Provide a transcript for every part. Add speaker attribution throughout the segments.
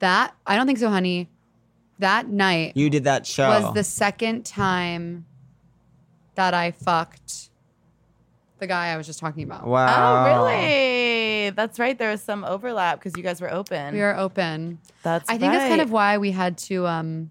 Speaker 1: That I don't think so, honey. That night
Speaker 2: You did that show.
Speaker 1: was the second time that I fucked the guy I was just talking about.
Speaker 2: Wow.
Speaker 3: Oh, really? That's right. There was some overlap because you guys were open.
Speaker 1: We are open.
Speaker 3: That's.
Speaker 1: I think that's kind
Speaker 3: right.
Speaker 1: of why we had to um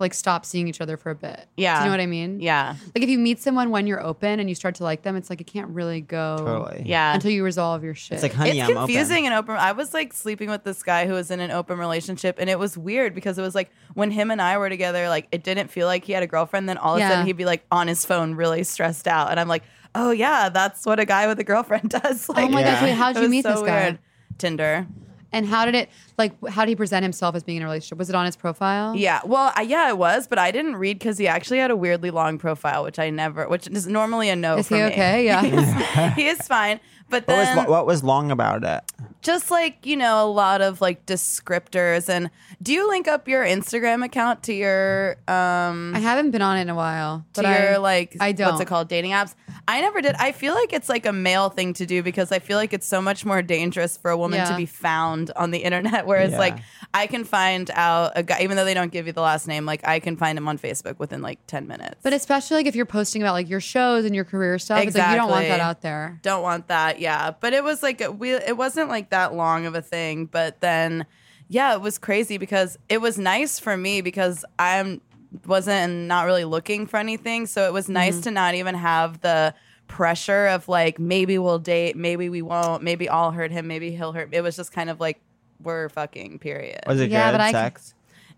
Speaker 1: like stop seeing each other for a bit.
Speaker 3: Yeah.
Speaker 1: Do you know what I mean?
Speaker 3: Yeah.
Speaker 1: Like if you meet someone when you're open and you start to like them, it's like it can't really go
Speaker 2: Totally.
Speaker 3: Yeah.
Speaker 1: until you resolve your shit.
Speaker 2: It's like, honey,
Speaker 3: it's
Speaker 2: I'm
Speaker 3: confusing
Speaker 2: open.
Speaker 3: in open. I was like sleeping with this guy who was in an open relationship, and it was weird because it was like when him and I were together, like it didn't feel like he had a girlfriend. Then all of
Speaker 1: Yeah.
Speaker 3: a sudden he'd be like on his phone, really stressed out, and I'm like, oh yeah, that's what a guy with a girlfriend does. Like,
Speaker 1: oh my
Speaker 2: Yeah.
Speaker 1: gosh, wait, how
Speaker 3: it
Speaker 1: did you
Speaker 3: was
Speaker 1: meet
Speaker 3: so
Speaker 1: this guy?
Speaker 3: weird. Tinder.
Speaker 1: And how did it like how did he present himself as being in a relationship? Was it on his profile?
Speaker 3: Yeah, well, I, yeah, it was, but I didn't read because he actually had a weirdly long profile, which I never, which is normally a no.
Speaker 1: Is
Speaker 3: for
Speaker 1: he
Speaker 3: me.
Speaker 1: okay? Yeah.
Speaker 3: He's- he is fine,
Speaker 2: What
Speaker 3: but then
Speaker 2: was, what was long about it?
Speaker 3: just like you know, a lot of like descriptors. And do you link up your Instagram account to your um
Speaker 1: I haven't been on it in a while.
Speaker 3: to
Speaker 1: But I,
Speaker 3: your like
Speaker 1: I
Speaker 3: what's
Speaker 1: don't.
Speaker 3: it called dating apps? I never did. I feel like it's like a male thing to do because I feel like it's so much more dangerous for a woman
Speaker 1: Yeah.
Speaker 3: to be found on the internet. Whereas
Speaker 2: Yeah.
Speaker 3: like I can find out a guy, even though they don't give you the last name, like I can find him on Facebook within like ten minutes.
Speaker 1: But especially like if you're posting about like your shows and your career stuff, it's like you don't want that
Speaker 3: Exactly.
Speaker 1: out there.
Speaker 3: don't want that yeah but it was like uh, we it wasn't like that long of a thing but then yeah it was crazy because it was nice for me because i'm wasn't not really looking for anything so it was nice to not even have the pressure of like maybe we'll date maybe we won't maybe i'll hurt him maybe he'll hurt it was just kind of like we're fucking period
Speaker 2: Was it
Speaker 1: Yeah,
Speaker 2: good
Speaker 1: but I-
Speaker 2: sex?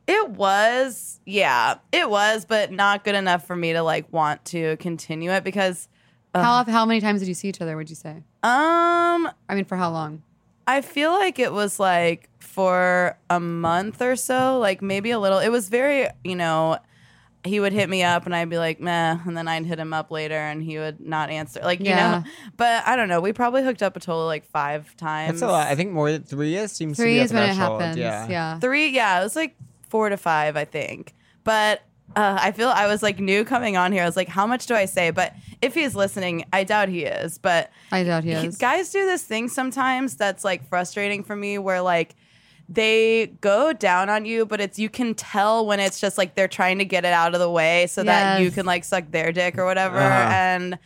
Speaker 3: it was, yeah, it was, but not good enough for me to like want to continue it because,
Speaker 1: How how many times did you see each other, would you say?
Speaker 3: um,
Speaker 1: I mean for how long?
Speaker 3: I feel like it was like for a month or so, like maybe a little. It was very, you know, he would hit me up and I'd be like, meh. And then I'd hit him up later and he would not answer. Like,
Speaker 1: Yeah.
Speaker 3: you know, but I don't know. We probably hooked up a total of like five times.
Speaker 2: That's a lot. I think more than three years seems to
Speaker 1: Three
Speaker 2: be a
Speaker 1: is when it
Speaker 2: threshold.
Speaker 1: happens.
Speaker 2: Yeah.
Speaker 3: Three, yeah, it was like four to five, I think. But uh, I feel I was like new coming on here. I was like, how much do I say? But if he's listening, I doubt he is. But
Speaker 1: I doubt he is.
Speaker 3: Guys do this thing sometimes that's like frustrating for me where like they go down on you, but it's you can tell when it's just like they're trying to get it out of the way so that you
Speaker 1: Yes.
Speaker 3: can like suck their dick or whatever.
Speaker 2: Uh-huh.
Speaker 3: And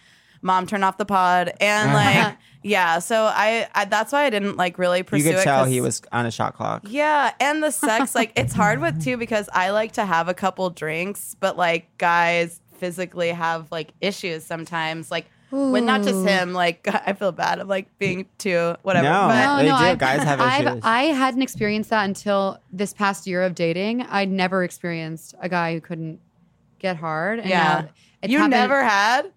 Speaker 3: mom, turn off the pod. And like, yeah. So I, I that's why I didn't like really
Speaker 2: You
Speaker 3: pursue
Speaker 2: could
Speaker 3: it.
Speaker 2: tell
Speaker 3: 'cause-
Speaker 2: he was on a shot clock.
Speaker 3: yeah, and the sex, like it's hard with too because I like to have a couple drinks, but like guys physically have like issues sometimes, like when not just
Speaker 1: Ooh.
Speaker 3: him. Like I feel bad of like being too whatever.
Speaker 2: No.
Speaker 3: but,
Speaker 2: they do. Guys have
Speaker 1: I've,
Speaker 2: issues.
Speaker 1: I hadn't experienced that until this past year of dating. I'd never experienced a guy who couldn't get hard. And
Speaker 3: Yeah.
Speaker 1: now it's
Speaker 3: you
Speaker 1: happened-
Speaker 3: never had.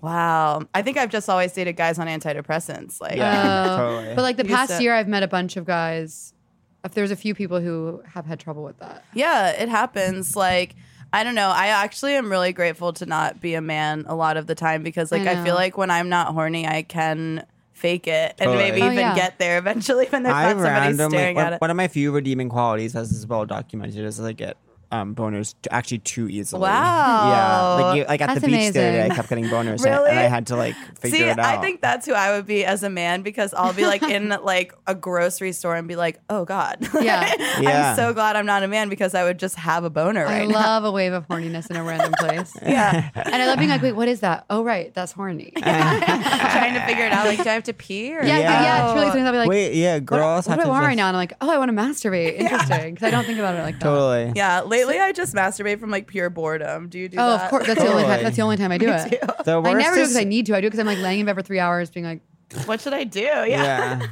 Speaker 3: Wow, I think I've just always dated guys on antidepressants. Like
Speaker 2: Yeah,
Speaker 1: Oh.
Speaker 2: totally.
Speaker 1: But like the
Speaker 3: You just
Speaker 1: past
Speaker 3: said-
Speaker 1: year, I've met a bunch of guys if there's a few people who have had trouble with that.
Speaker 3: Yeah, it happens. Like, I don't know. I actually am really grateful to not be a man a lot of the time because, like,
Speaker 1: I
Speaker 3: I,
Speaker 1: know.
Speaker 3: feel like when I'm not horny, I can fake it and
Speaker 2: Totally.
Speaker 3: maybe
Speaker 1: Oh,
Speaker 3: even
Speaker 1: yeah.
Speaker 3: get there eventually when there's
Speaker 2: I
Speaker 3: not somebody
Speaker 2: randomly
Speaker 3: staring
Speaker 2: one,
Speaker 3: at it.
Speaker 2: one of my few redeeming qualities, as is well documented, is that I get um, boners t- actually too easily.
Speaker 3: Wow.
Speaker 2: Yeah, like you, like at
Speaker 1: That's
Speaker 2: the beach the other day, I
Speaker 1: amazing.
Speaker 2: kept getting boners, and, I-
Speaker 3: Really?
Speaker 2: and I had to like figure
Speaker 3: See,
Speaker 2: it out.
Speaker 3: I think that's who I would be as a man because I'll be like in like a grocery store and be like, "Oh God,
Speaker 1: Yeah.
Speaker 2: Yeah.
Speaker 3: I'm so glad I'm not a man because I would just have a boner
Speaker 1: I
Speaker 3: right now."
Speaker 1: love a wave of horniness in a random place.
Speaker 3: yeah,
Speaker 1: And I love being like, wait, what is that? Oh, right, that's horny. yeah,
Speaker 3: trying to figure it out. Like, do I have to pee? Or
Speaker 1: yeah,
Speaker 2: Yeah.
Speaker 1: yeah. It's really something I'll be like,
Speaker 2: Wait, yeah,
Speaker 1: what,
Speaker 2: girls
Speaker 1: what
Speaker 2: have
Speaker 1: do I
Speaker 2: to
Speaker 1: want right
Speaker 2: just-
Speaker 1: now? And I'm like, oh, I want to masturbate. Interesting. Because I don't think about it like that.
Speaker 2: Totally.
Speaker 3: Yeah, lately I just masturbate from like pure boredom. Do you do
Speaker 1: Oh,
Speaker 3: that?
Speaker 1: of course. That's the only time.
Speaker 2: Totally.
Speaker 1: That's the only time I do it.
Speaker 2: The
Speaker 1: I
Speaker 2: worst
Speaker 1: never do it
Speaker 2: is-
Speaker 1: because I need to. I do it because I'm like laying in bed for three hours, being like,
Speaker 3: what should I do? Yeah.
Speaker 2: yeah.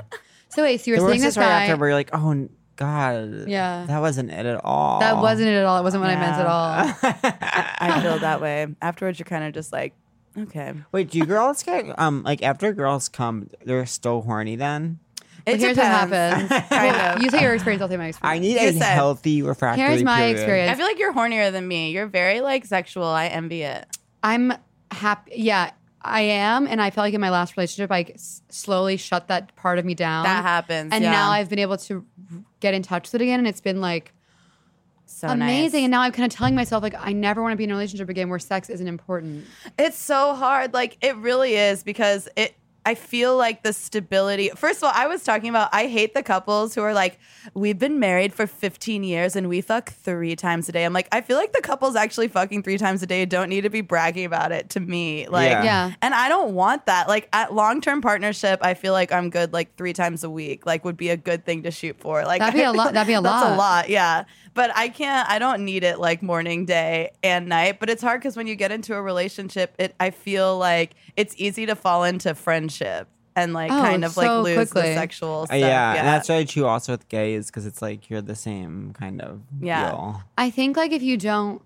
Speaker 1: so wait, so you're
Speaker 2: the
Speaker 1: seeing
Speaker 2: worst
Speaker 1: this
Speaker 2: is right after
Speaker 1: guy.
Speaker 2: where you're like, oh n- god,
Speaker 1: Yeah.
Speaker 2: that wasn't it at all.
Speaker 1: That wasn't it at all. It wasn't what I meant at all.
Speaker 2: all.
Speaker 3: I feel that way. Afterwards, you're kind of just like, okay.
Speaker 2: Wait, do you girls get um like after girls come, they're still horny then?
Speaker 1: But
Speaker 3: It
Speaker 1: here's
Speaker 3: depends.
Speaker 1: what happens.
Speaker 3: Kind of.
Speaker 1: you say your experience, I'll say my experience.
Speaker 2: I need
Speaker 3: Here's
Speaker 2: a
Speaker 3: the-
Speaker 2: healthy refractory.
Speaker 1: Here's my
Speaker 2: period.
Speaker 1: experience.
Speaker 3: I feel like you're hornier than me. You're very like sexual. I envy it.
Speaker 1: I'm happy. Yeah, I am. And I felt like in my last relationship, I s- slowly shut that part of me down.
Speaker 3: That happens.
Speaker 1: Um, And
Speaker 3: yeah.
Speaker 1: now I've been able to get in touch with it again. And it's been like
Speaker 3: so
Speaker 1: amazing.
Speaker 3: nice.
Speaker 1: And now I'm kind of telling myself, like, I never want to be in a relationship again where sex isn't important.
Speaker 3: It's so hard. Like it really is because it. I feel like the stability. First of all, I was talking about I hate the couples who are like, we've been married for 15 years and we fuck three times a day. I'm like, I feel like the couples actually fucking three times a day don't need to be bragging about it to me. Like,
Speaker 2: Yeah.
Speaker 1: Yeah.
Speaker 3: and I don't want that. Like at long term partnership, I feel like I'm good like three times a week. Like would be a good thing to shoot for. Like
Speaker 1: That'd be a lot- that'd be a
Speaker 3: that's
Speaker 1: lot.
Speaker 3: a lot. Yeah. But I can't. I don't need it like morning, day, and night. But it's hard because when you get into a relationship, it I feel like it's easy to fall into friendship and like
Speaker 1: Oh,
Speaker 3: kind of
Speaker 1: so
Speaker 3: like lose
Speaker 1: quickly.
Speaker 3: the sexual
Speaker 2: Uh,
Speaker 3: stuff.
Speaker 2: yeah, and that's really true also with gays because it's like you're the same kind of
Speaker 3: Yeah.
Speaker 2: deal.
Speaker 1: I think like if you don't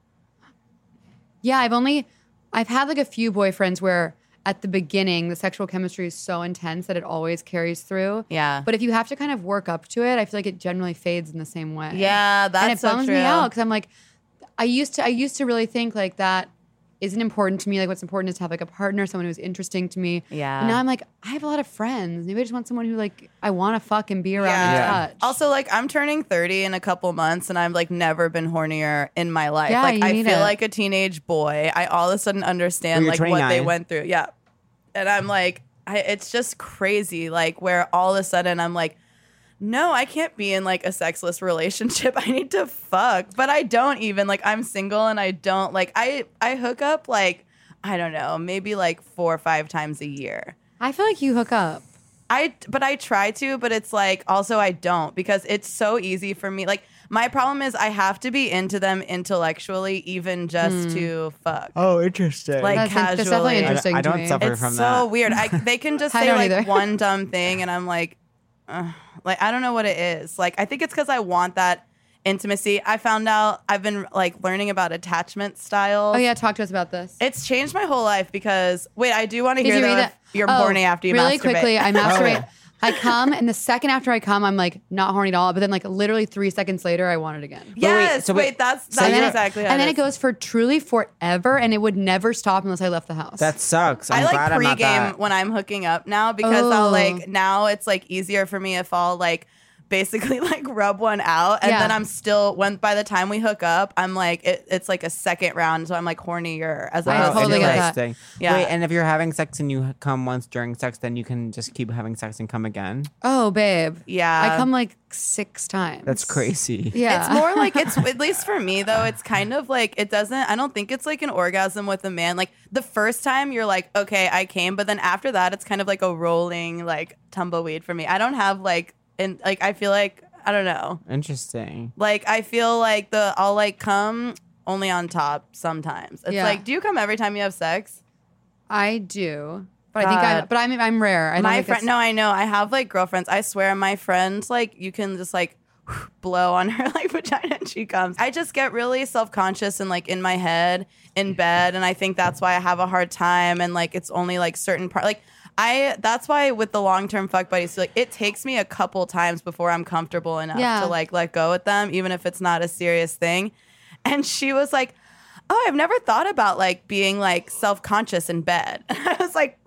Speaker 1: Yeah, I've only I've had like a few boyfriends where at the beginning the sexual chemistry is so intense that it always carries through.
Speaker 3: Yeah.
Speaker 1: But if you have to kind of work up to it, I feel like it generally fades in the same way.
Speaker 3: Yeah, that's
Speaker 1: and it
Speaker 3: so
Speaker 1: bums
Speaker 3: true.
Speaker 1: me out because I'm like, I used to I used to really think like that isn't important to me. Like what's important is to have like a partner, someone who's interesting to me.
Speaker 3: Yeah.
Speaker 1: And now I'm like, I have a lot of friends. Maybe I just want someone who like I want to fuck and be around
Speaker 2: Yeah.
Speaker 1: and touch.
Speaker 3: Also, like I'm turning 30 in a couple months, and I've like never been hornier in my life.
Speaker 1: Yeah,
Speaker 3: like
Speaker 1: you
Speaker 3: I
Speaker 1: need
Speaker 3: feel
Speaker 1: it.
Speaker 3: like a teenage boy. I all of a sudden understand
Speaker 2: Well,
Speaker 3: like
Speaker 2: you're
Speaker 3: what they
Speaker 2: 29.
Speaker 3: went through. Yeah, and I'm like, I, it's just crazy. Like where all of a sudden I'm like. No, I can't be in like a sexless relationship. I need to fuck, but I don't even like I'm single and I don't like I I hook up like I don't know, maybe like 4 or 5 times a year.
Speaker 1: I feel like you hook up.
Speaker 3: I but I try to, but it's like also I don't because it's so easy for me. Like my problem is I have to be into them intellectually, even just
Speaker 1: Hmm.
Speaker 3: to fuck.
Speaker 2: Oh, interesting.
Speaker 3: Like
Speaker 1: That's in- that's
Speaker 3: casually.
Speaker 1: definitely
Speaker 3: I-
Speaker 2: I,
Speaker 1: interesting
Speaker 2: I
Speaker 1: to
Speaker 2: don't
Speaker 1: me.
Speaker 2: suffer
Speaker 3: it's
Speaker 2: from
Speaker 3: so
Speaker 2: that.
Speaker 3: weird. I, they can just
Speaker 1: I
Speaker 3: say
Speaker 1: don't
Speaker 3: like
Speaker 1: either.
Speaker 3: one dumb thing, and I'm like, ugh. like I don't know what it is. Like I think it's because I want that intimacy. I found out I've been like learning about attachment styles.
Speaker 1: Oh yeah, talk to us about this.
Speaker 3: It's changed my whole life because wait, I do want to
Speaker 1: Did
Speaker 3: hear
Speaker 1: you read
Speaker 3: though if
Speaker 1: that?
Speaker 3: you're
Speaker 1: Oh,
Speaker 3: horny after you
Speaker 1: really
Speaker 3: masturbate.
Speaker 1: quickly. I masturbate.
Speaker 2: Oh.
Speaker 1: I come, and the second after I come, I'm like not horny at all. But then, like literally three seconds later, I want it again.
Speaker 2: But wait,
Speaker 3: Yes,
Speaker 2: so
Speaker 3: wait,
Speaker 2: wait,
Speaker 3: that's
Speaker 2: so
Speaker 3: that's
Speaker 2: you're-
Speaker 3: exactly how
Speaker 1: and then
Speaker 3: it
Speaker 1: it
Speaker 3: is.
Speaker 1: goes for truly forever, and it would never stop unless I left the house.
Speaker 2: That sucks. I'm
Speaker 3: I like
Speaker 2: glad I'm not
Speaker 3: pregame
Speaker 2: that.
Speaker 3: when I'm hooking up now because I'll
Speaker 1: Oh.
Speaker 3: like now it's like easier for me if I'll like basically like rub one out and
Speaker 1: Yeah.
Speaker 3: then I'm still when by the time we hook up I'm like it, it's like a second round so I'm like hornier as
Speaker 1: I
Speaker 2: Wow,
Speaker 3: opposed
Speaker 1: totally get
Speaker 3: to like
Speaker 1: that.
Speaker 2: Oh, interesting.
Speaker 3: Yeah.
Speaker 2: Wait, and if you're having sex and you come once during sex, then you can just keep having sex and come again.
Speaker 1: oh, babe.
Speaker 3: Yeah.
Speaker 1: I come like six times.
Speaker 2: That's crazy.
Speaker 1: Yeah,
Speaker 3: It's more like it's at least for me though. It's kind of like it doesn't. I don't think it's like an orgasm with a man. Like the first time you're like, okay, I came, but then after that, it's kind of like a rolling like tumbleweed for me. I don't have like and like I feel like I don't know.
Speaker 2: Interesting.
Speaker 3: Like I feel like the I'll like come only on top sometimes. It's
Speaker 1: Yeah.
Speaker 3: like, do you come every time you have sex?
Speaker 1: I do, but I think I.
Speaker 3: God.
Speaker 1: But I'm I'm rare. I don't
Speaker 3: my
Speaker 1: think
Speaker 3: friend, no,
Speaker 1: that's-
Speaker 3: I know. I have like girlfriends. I swear, my friends like you can just like blow on her like vagina and she comes. I just get really self conscious and like in my head in bed, and I think that's why I have a hard time. And like it's only like certain part. Like I that's why with the long term fuck buddies, like it takes me a couple times before I'm comfortable enough
Speaker 1: Yeah.
Speaker 3: to like let go with them, even if it's not a serious thing. And she was like, "Oh, I've never thought about like being like self conscious in bed." And I was like,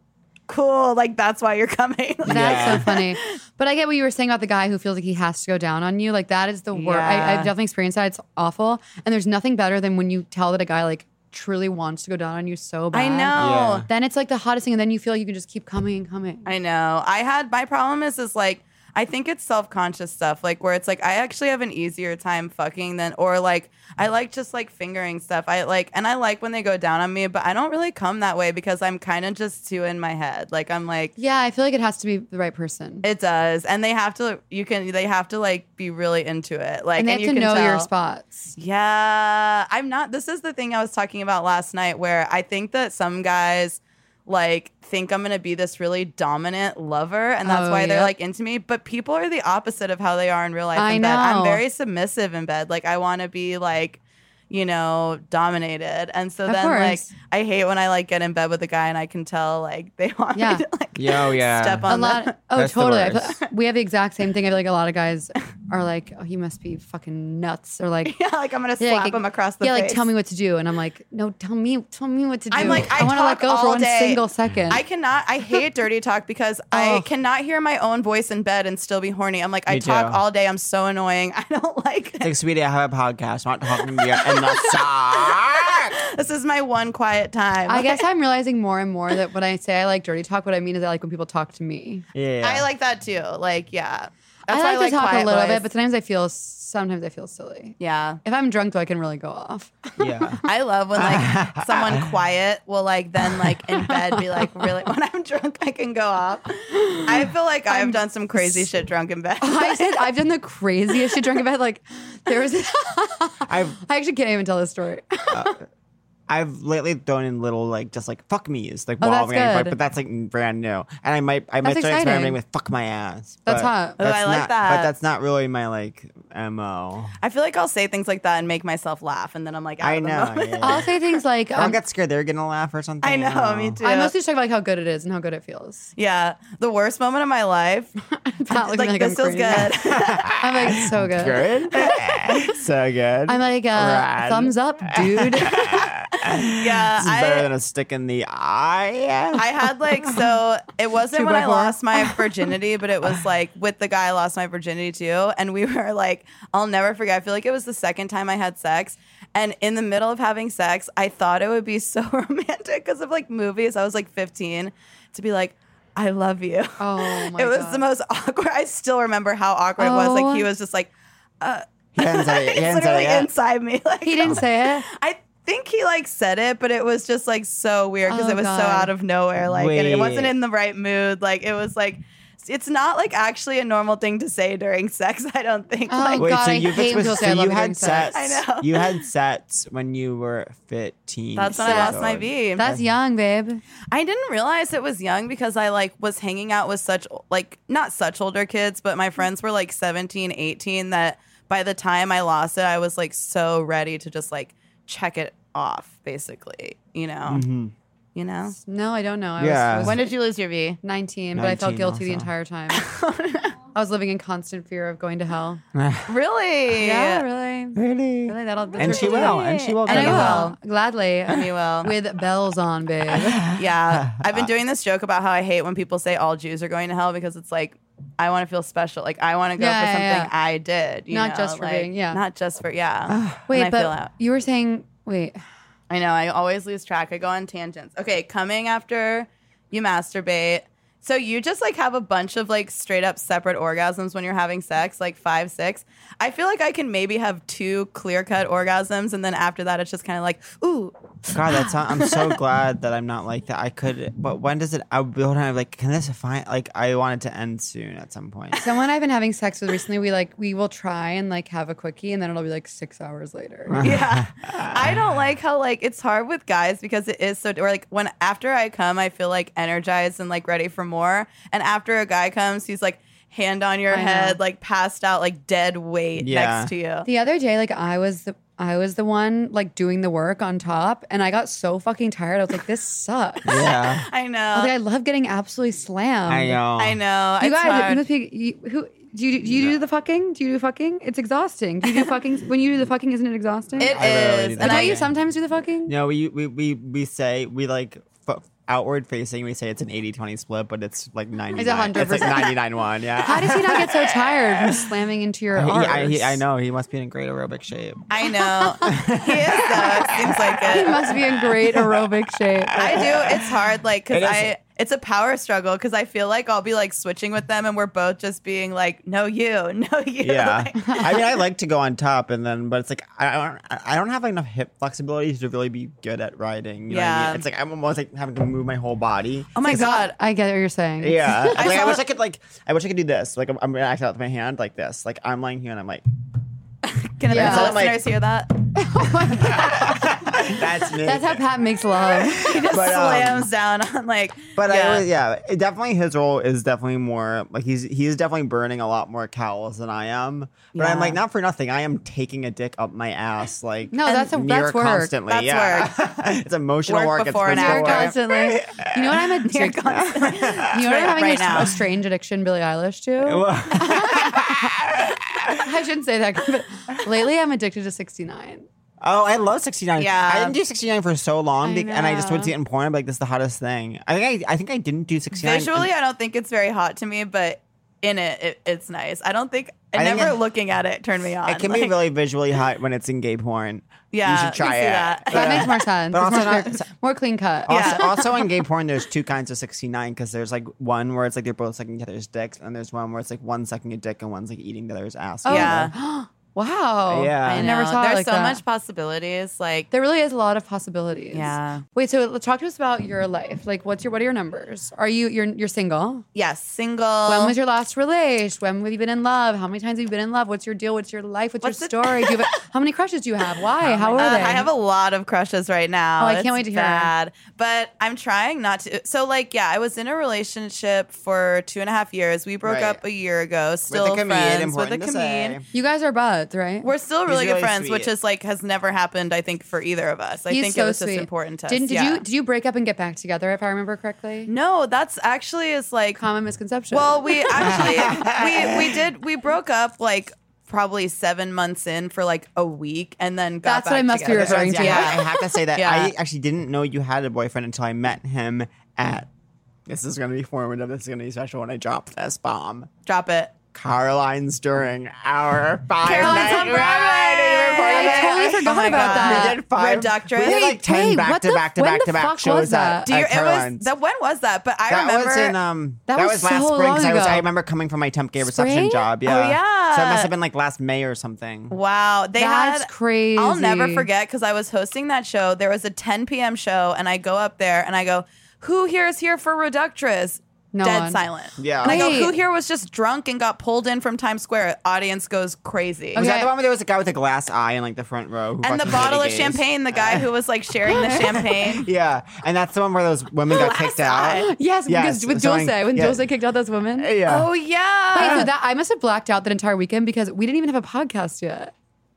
Speaker 3: "Cool, like that's why you're coming." Like,
Speaker 1: That's
Speaker 2: Yeah.
Speaker 1: so funny. But I get what you were saying about the guy who feels like he has to go down on you. Like that is the worst. I,
Speaker 3: Yeah.
Speaker 1: I've definitely experienced that. It's awful. And there's nothing better than when you tell that a guy like truly wants to go down on you so bad.
Speaker 3: I know.
Speaker 2: Yeah.
Speaker 1: Then it's like the hottest thing, and then you feel like you can just keep coming and coming.
Speaker 3: I know. I had my problem is is like I think it's self conscious stuff, like where it's like I actually have an easier time fucking than or like I like just like fingering stuff. I like and I like when they go down on me, but I don't really come that way because I'm kind of just too in my head. Like I'm like
Speaker 1: yeah, I feel like it has to be the right person.
Speaker 3: it does, and they have to. You can. They have to like be really into it. Like
Speaker 1: and they
Speaker 3: you
Speaker 1: have to know
Speaker 3: can
Speaker 1: your
Speaker 3: tell.
Speaker 1: spots.
Speaker 3: Yeah, I'm not. This is the thing I was talking about last night where I think that some guys like think I'm going to be this really dominant lover and that's
Speaker 1: Oh,
Speaker 3: why they're
Speaker 1: yeah.
Speaker 3: like into me, but people are the opposite of how they are in real life
Speaker 1: I
Speaker 3: in bed. I'm
Speaker 1: know.
Speaker 3: very submissive in bed. Like I want to be like you know, dominated. And so
Speaker 1: Of
Speaker 3: then like
Speaker 1: course.
Speaker 3: I hate when I like get in bed with a guy and I can tell like they want
Speaker 1: Yeah.
Speaker 3: me to like
Speaker 2: Yo, yeah.
Speaker 3: step on
Speaker 1: A
Speaker 3: them.
Speaker 1: lot. Oh,
Speaker 2: That's the
Speaker 1: totally. I feel-
Speaker 2: worst.
Speaker 1: we have the exact same thing. I feel like a lot of guys are like, "Oh, you must be fucking nuts," or like,
Speaker 3: yeah, like I'm gonna
Speaker 1: Yeah,
Speaker 3: slap
Speaker 1: like-
Speaker 3: him across the
Speaker 1: yeah,
Speaker 3: face.
Speaker 1: like tell me what to do, and I'm like, no, tell me, tell me what to do.
Speaker 3: I'm like, I
Speaker 1: wanna let
Speaker 3: talk
Speaker 1: go for
Speaker 3: all
Speaker 1: one
Speaker 3: day.
Speaker 1: single second.
Speaker 3: I cannot. I hate dirty talk because
Speaker 1: Oh.
Speaker 3: I cannot hear my own voice in bed and still be horny. I'm like, I
Speaker 2: Me
Speaker 3: talk
Speaker 2: too.
Speaker 3: all day. I'm so annoying. I don't like.
Speaker 2: It's like, sweetie, I have a podcast. I'm not talking to you. And that's suck.
Speaker 3: This is my one quiet time.
Speaker 1: I guess I'm realizing more and more that when I say I like dirty talk, what I mean is I like when people talk to me.
Speaker 2: Yeah.
Speaker 3: I like that too. Like, yeah. That's why
Speaker 1: I like to talk a
Speaker 3: quiet
Speaker 1: little
Speaker 3: boys.
Speaker 1: bit, but sometimes I feel sometimes I feel silly.
Speaker 3: yeah.
Speaker 1: If I'm drunk, though, I can really go off.
Speaker 2: Yeah.
Speaker 3: I love when like someone quiet will like then like in bed be like really when I'm drunk I can go off. I feel like I've done some crazy shit drunk in bed.
Speaker 1: I said I've done the craziest shit drunk in bed. Like there was,
Speaker 2: I've
Speaker 1: I actually can't even tell this story.
Speaker 2: I've lately thrown in little like just like fuck me's like
Speaker 1: Oh,
Speaker 2: while
Speaker 1: that's
Speaker 2: I'm getting fucked,
Speaker 1: good.
Speaker 2: but that's like brand new. And I might I might
Speaker 1: That's
Speaker 2: start
Speaker 1: exciting.
Speaker 2: experimenting with fuck my ass.
Speaker 1: That's
Speaker 2: but
Speaker 1: hot. Oh,
Speaker 3: I like
Speaker 2: not,
Speaker 3: that.
Speaker 2: But that's not really my like mo.
Speaker 3: I feel like I'll say things like that and make myself laugh and then I'm like out
Speaker 2: I
Speaker 3: of the
Speaker 2: know.
Speaker 3: moment.
Speaker 2: yeah.
Speaker 1: I'll say things like
Speaker 2: I
Speaker 1: um,
Speaker 2: don't get scared they're gonna laugh or something. Oh.
Speaker 3: I know, me too.
Speaker 1: I mostly just talk about like how good it is and how good it feels.
Speaker 3: Yeah, the worst moment of my life.
Speaker 1: Pat looking
Speaker 3: like,
Speaker 1: like I'm
Speaker 3: this feels
Speaker 1: crazy.
Speaker 3: good.
Speaker 1: I'm like it's so good.
Speaker 2: Good. so good.
Speaker 1: I'm like uh,
Speaker 2: Rad.
Speaker 1: thumbs up, dude.
Speaker 3: yeah,
Speaker 2: this is better
Speaker 3: I,
Speaker 2: than a stick in the eye.
Speaker 3: I had like so it wasn't
Speaker 1: Two
Speaker 3: when
Speaker 1: by
Speaker 3: I
Speaker 1: four.
Speaker 3: lost my virginity, but it was like with the guy I lost my virginity to, and we were like, I'll never forget. I feel like it was the second time I had sex. And in the middle of having sex, I thought it would be so romantic because of like movies. I was like 15 to be like, I love you.
Speaker 1: Oh my
Speaker 3: it was
Speaker 1: God.
Speaker 3: the most awkward. I still remember how awkward it was.
Speaker 1: Oh.
Speaker 3: Like he was just like
Speaker 2: he hasn't said it- he hasn't
Speaker 3: it's
Speaker 2: said it
Speaker 3: literally
Speaker 2: yet.
Speaker 3: inside me. Like
Speaker 1: he didn't say it.
Speaker 3: I think he like said it, but it was just like so weird because
Speaker 1: Oh,
Speaker 3: it was so
Speaker 1: God.
Speaker 3: out of nowhere. Like, and it wasn't
Speaker 2: Wait.
Speaker 3: in the right mood. Like, it was like, it's not like actually a normal thing to say during sex. I don't think.
Speaker 1: Oh,
Speaker 3: like,
Speaker 1: God, I
Speaker 2: you
Speaker 1: hate when people say I love
Speaker 2: you
Speaker 1: you during
Speaker 2: had
Speaker 1: sex.
Speaker 2: sets.
Speaker 3: I know.
Speaker 2: You had sets when you were 15.
Speaker 3: that's when I
Speaker 2: years
Speaker 3: lost my
Speaker 2: old.
Speaker 3: V.
Speaker 1: That's young, babe.
Speaker 3: I didn't realize it was young because I like was hanging out with such like not such older kids, but my friends were like 17, 18 that by the time I lost it, I was like so ready to just like check it off basically, you know.
Speaker 2: Mm-hmm.
Speaker 3: You know.
Speaker 1: No, I don't know. I
Speaker 2: Yeah.
Speaker 1: was, was
Speaker 2: When
Speaker 3: did you lose your V?
Speaker 1: 19, but I felt
Speaker 2: 19
Speaker 1: guilty the
Speaker 2: also.
Speaker 1: entire time. I was living in constant fear of going to hell.
Speaker 3: Really?
Speaker 1: Yeah, really.
Speaker 2: Really?
Speaker 1: Really, that'll.
Speaker 2: And she will. And she will.
Speaker 3: And
Speaker 2: go
Speaker 1: And
Speaker 2: to hell.
Speaker 1: I will gladly. I mean,
Speaker 3: You will.
Speaker 1: with bells on, babe.
Speaker 3: Yeah. I've been doing this joke about how I hate when people say all Jews are going to hell because it's like, I want to feel special. Like, I want to go
Speaker 1: Yeah,
Speaker 3: for
Speaker 1: yeah,
Speaker 3: something
Speaker 1: yeah.
Speaker 3: I did. you
Speaker 1: Not
Speaker 3: know,
Speaker 1: just for
Speaker 3: like,
Speaker 1: being- yeah.
Speaker 3: Not just for, yeah.
Speaker 1: Wait,
Speaker 3: and I
Speaker 1: but
Speaker 3: feel out.
Speaker 1: you were saying. Wait,
Speaker 3: I know. I always lose track. I go on tangents. Okay. Coming after you masturbate. So you just like have a bunch of like straight up separate orgasms when you're having sex, like five, six. I feel like I can maybe have two clear cut orgasms. And then after that, it's just kind of like, ooh,
Speaker 2: God, that's not, I'm so glad that I'm not like that. I could, but when does it? I will have like, can this find? Like, I want it to end soon at some point.
Speaker 1: someone I've been having sex with recently. We like we will try and like have a quickie, and then it'll be like six hours later.
Speaker 3: yeah i don't like how like it's hard with guys because it is so or like when after i come i feel like energized and like ready for more and after a guy comes he's like hand on your
Speaker 1: I know.
Speaker 3: head like passed out like dead weight
Speaker 2: Yeah.
Speaker 3: next to you
Speaker 1: The other day, like I was the I was the one like doing the work on top, and I got so fucking tired. I was like, this sucks. I
Speaker 2: Yeah.
Speaker 3: I know.
Speaker 1: was like, I love getting absolutely slammed.
Speaker 2: I know.
Speaker 3: I know.
Speaker 1: You
Speaker 3: it's
Speaker 1: guys, you
Speaker 3: hard.
Speaker 1: must be. You, who do you, do, you do the fucking? Do you do fucking? It's exhausting. Do you do fucking? when you do the fucking, isn't it exhausting?
Speaker 3: It
Speaker 2: I rarely
Speaker 3: is.
Speaker 2: do
Speaker 3: and
Speaker 2: that.
Speaker 1: Don't
Speaker 3: I,
Speaker 1: you
Speaker 2: Okay.
Speaker 1: sometimes do the fucking?
Speaker 2: No, we we we, we say we like f- outward facing. We say it's an 80-20 split, but it's like ninety. It's like
Speaker 1: 100%.
Speaker 2: ninety nine one. Yeah.
Speaker 1: How does he not get so tired from slamming into your
Speaker 2: He-
Speaker 1: arms?
Speaker 2: I, he- I know he must be in great aerobic shape.
Speaker 3: I know. he is though. It seems like
Speaker 1: He
Speaker 3: it.
Speaker 1: must be in great aerobic shape.
Speaker 3: I do. It's hard, like, cause
Speaker 2: It is-
Speaker 3: I. It's a power struggle because I feel like I'll be like switching with them, and we're both just being like, "No, you, no, you."
Speaker 2: Yeah,
Speaker 3: Like,
Speaker 2: I mean, I like to go on top, and then, but it's like I I don't, I don't have enough hip flexibility to really be good at riding. You know what I
Speaker 3: Yeah.
Speaker 2: mean? it's like I'm almost like having to move my whole body.
Speaker 3: oh my god.
Speaker 1: I get what you're saying.
Speaker 2: Yeah, It's like I
Speaker 3: saw-
Speaker 2: wish I could like I wish I could do this. Like I'm, I'm gonna act out with my hand like this. Like I'm lying here and I'm like,
Speaker 3: Can
Speaker 1: Yeah.
Speaker 3: the
Speaker 2: I'm like-
Speaker 3: listeners hear that?
Speaker 2: that's me.
Speaker 1: That's how Pat makes love.
Speaker 3: He just
Speaker 2: But, um,
Speaker 3: slams down on like.
Speaker 2: But
Speaker 3: yeah.
Speaker 2: I was, yeah, it definitely his role is definitely more like he's he's definitely burning a lot more calories than I am. But I'm
Speaker 3: Yeah.
Speaker 2: like not for nothing. I am taking a dick up my ass like
Speaker 1: No, that's a-
Speaker 2: near
Speaker 1: that's work.
Speaker 2: constantly.
Speaker 3: That's
Speaker 2: yeah, work. it's emotional
Speaker 3: Work
Speaker 2: work.
Speaker 3: before
Speaker 2: it's
Speaker 3: and
Speaker 2: physical
Speaker 1: You're
Speaker 3: after.
Speaker 2: work.
Speaker 1: constantly. You know what I'm
Speaker 3: You're
Speaker 1: addicted.
Speaker 3: constantly-
Speaker 1: You know what I'm having
Speaker 3: right
Speaker 1: a,
Speaker 3: now.
Speaker 1: a strange addiction, Billie Eilish to.
Speaker 2: Well,
Speaker 1: I shouldn't say that. But lately, I'm addicted to 69.
Speaker 2: oh, I love 69.
Speaker 3: Yeah.
Speaker 2: I didn't do 69 for so long,
Speaker 1: I
Speaker 2: be- and I just would
Speaker 1: know.
Speaker 2: see it in porn. I'd be like, this is the hottest thing. I think I, I think I didn't do 69.
Speaker 3: Visually, I don't think it's very hot to me, but in it, it it's nice. I don't think.
Speaker 2: I
Speaker 3: And
Speaker 2: think
Speaker 3: never
Speaker 2: it-
Speaker 3: looking at it turned me on.
Speaker 2: it can
Speaker 3: like,
Speaker 2: be really visually hot when it's in gay porn.
Speaker 3: Yeah,
Speaker 2: you
Speaker 3: you
Speaker 2: should try
Speaker 3: see
Speaker 2: it.
Speaker 3: that.
Speaker 2: Yeah.
Speaker 1: That makes more sense.
Speaker 2: But
Speaker 1: It's
Speaker 2: also
Speaker 1: more,
Speaker 2: not-
Speaker 1: clear- more clean cut.
Speaker 2: Also,
Speaker 3: Yeah.
Speaker 2: also in gay porn, there's two kinds of 69 because there's like one where it's like they're both sucking each other's dicks, and there's one where it's like one sucking a dick and one's like eating the other's ass.
Speaker 1: Oh.
Speaker 3: Yeah.
Speaker 1: Wow.
Speaker 2: Yeah.
Speaker 1: I,
Speaker 2: I
Speaker 1: never
Speaker 3: know.
Speaker 1: saw
Speaker 3: There's
Speaker 1: it like
Speaker 3: so
Speaker 1: that.
Speaker 3: much possibilities. Like
Speaker 1: There really is a lot of possibilities.
Speaker 3: Yeah.
Speaker 1: Wait. So let's talk to us about your life. Like, what's your what are your numbers? Are you you're you're single?
Speaker 3: yes, single.
Speaker 1: When was your last relation? When have you been in love? How many times have you been in love? What's your deal? What's your life? What's,
Speaker 3: What's
Speaker 1: your
Speaker 3: it-
Speaker 1: story? do you have a, how many crushes do you have? Why? How are
Speaker 3: Uh,
Speaker 1: they?
Speaker 3: I have a lot of crushes right now.
Speaker 1: Oh, I can't
Speaker 3: It's
Speaker 1: wait to hear.
Speaker 3: Bad, but I'm trying not to. So, like, yeah, I was in a relationship for two and a half years. We broke
Speaker 2: Right.
Speaker 3: up a year ago. Still
Speaker 2: with a comedian,
Speaker 3: friends with a
Speaker 2: important to say.
Speaker 3: comedian.
Speaker 1: you guys are buds, right?
Speaker 3: We're still really good
Speaker 2: really
Speaker 3: friends, which
Speaker 2: sweet.
Speaker 3: is like has never happened. I think for either of us. I
Speaker 1: He's
Speaker 3: think
Speaker 1: so
Speaker 3: it was
Speaker 1: sweet.
Speaker 3: just important to
Speaker 1: Didn't
Speaker 3: us.
Speaker 1: did
Speaker 3: yeah.
Speaker 1: you did you break up and get back together? If I remember correctly,
Speaker 3: No, that's actually is like
Speaker 1: common misconception.
Speaker 3: Well, we actually we we did we broke up like probably seven months in for like a week, and then got
Speaker 1: That's what
Speaker 3: back
Speaker 1: I must be
Speaker 3: together.
Speaker 2: That's what I'm
Speaker 1: referring to,
Speaker 2: saying. I
Speaker 1: yeah.
Speaker 2: have- I have to say that
Speaker 3: Yeah.
Speaker 2: I actually didn't know you had a boyfriend until I met him at. This is going to be formative. This is going to be special when I drop this bomb.
Speaker 3: Drop it.
Speaker 2: Caroline's during our five
Speaker 3: Caroline's
Speaker 2: night
Speaker 3: on
Speaker 2: ride.
Speaker 3: Broadway!
Speaker 1: I totally
Speaker 3: Oh
Speaker 1: forgot
Speaker 3: my
Speaker 1: about
Speaker 3: God.
Speaker 2: We
Speaker 1: that.
Speaker 2: did five.
Speaker 3: Reductress.
Speaker 2: We did
Speaker 1: Wait,
Speaker 2: like ten
Speaker 1: wait, what
Speaker 2: back
Speaker 1: the
Speaker 2: to back to
Speaker 1: f-
Speaker 2: back
Speaker 1: when
Speaker 2: to
Speaker 1: the
Speaker 2: back
Speaker 1: fuck was
Speaker 2: shows
Speaker 1: that?
Speaker 2: at-
Speaker 3: Do you,
Speaker 2: at
Speaker 3: it was
Speaker 2: Caroline's.
Speaker 3: that when was that? But I
Speaker 2: That
Speaker 3: remember
Speaker 2: was in um.
Speaker 1: That
Speaker 2: That,
Speaker 1: was
Speaker 2: was, last
Speaker 1: so
Speaker 2: spring. 'cause I was.
Speaker 1: long ago.
Speaker 2: I remember coming from my temp gay
Speaker 1: Spring?
Speaker 2: reception job. Yeah.
Speaker 3: Oh, yeah.
Speaker 2: So it must have been like last May or something.
Speaker 3: Wow, they
Speaker 1: That's
Speaker 3: had
Speaker 1: crazy.
Speaker 3: I'll never forget because I was hosting that show. There was a 10 p.m. show, and I go up there and I go, "Who here is here for Reductress?"
Speaker 1: No
Speaker 3: Dead
Speaker 1: one.
Speaker 3: silent.
Speaker 2: Yeah.
Speaker 3: And I go,
Speaker 1: Wait.
Speaker 3: "Who here was just drunk and got pulled in from Times Square?" Audience goes crazy.
Speaker 2: Was
Speaker 1: Okay.
Speaker 2: that the one where there was a guy with a glass eye in like the front row? who
Speaker 3: And the
Speaker 2: fucking
Speaker 3: bottle of
Speaker 2: hated gays?
Speaker 3: champagne, the guy who was like sharing the champagne.
Speaker 2: Yeah, and that's the one where those women got kicked out.
Speaker 1: Yes,
Speaker 2: Yes,
Speaker 1: because with
Speaker 2: so I-
Speaker 1: Dulce, when
Speaker 2: yeah.
Speaker 1: Dulce kicked out those women.
Speaker 2: Yeah.
Speaker 3: Oh yeah.
Speaker 1: Wait, so that I must have blacked out that entire weekend because we didn't even have a podcast yet.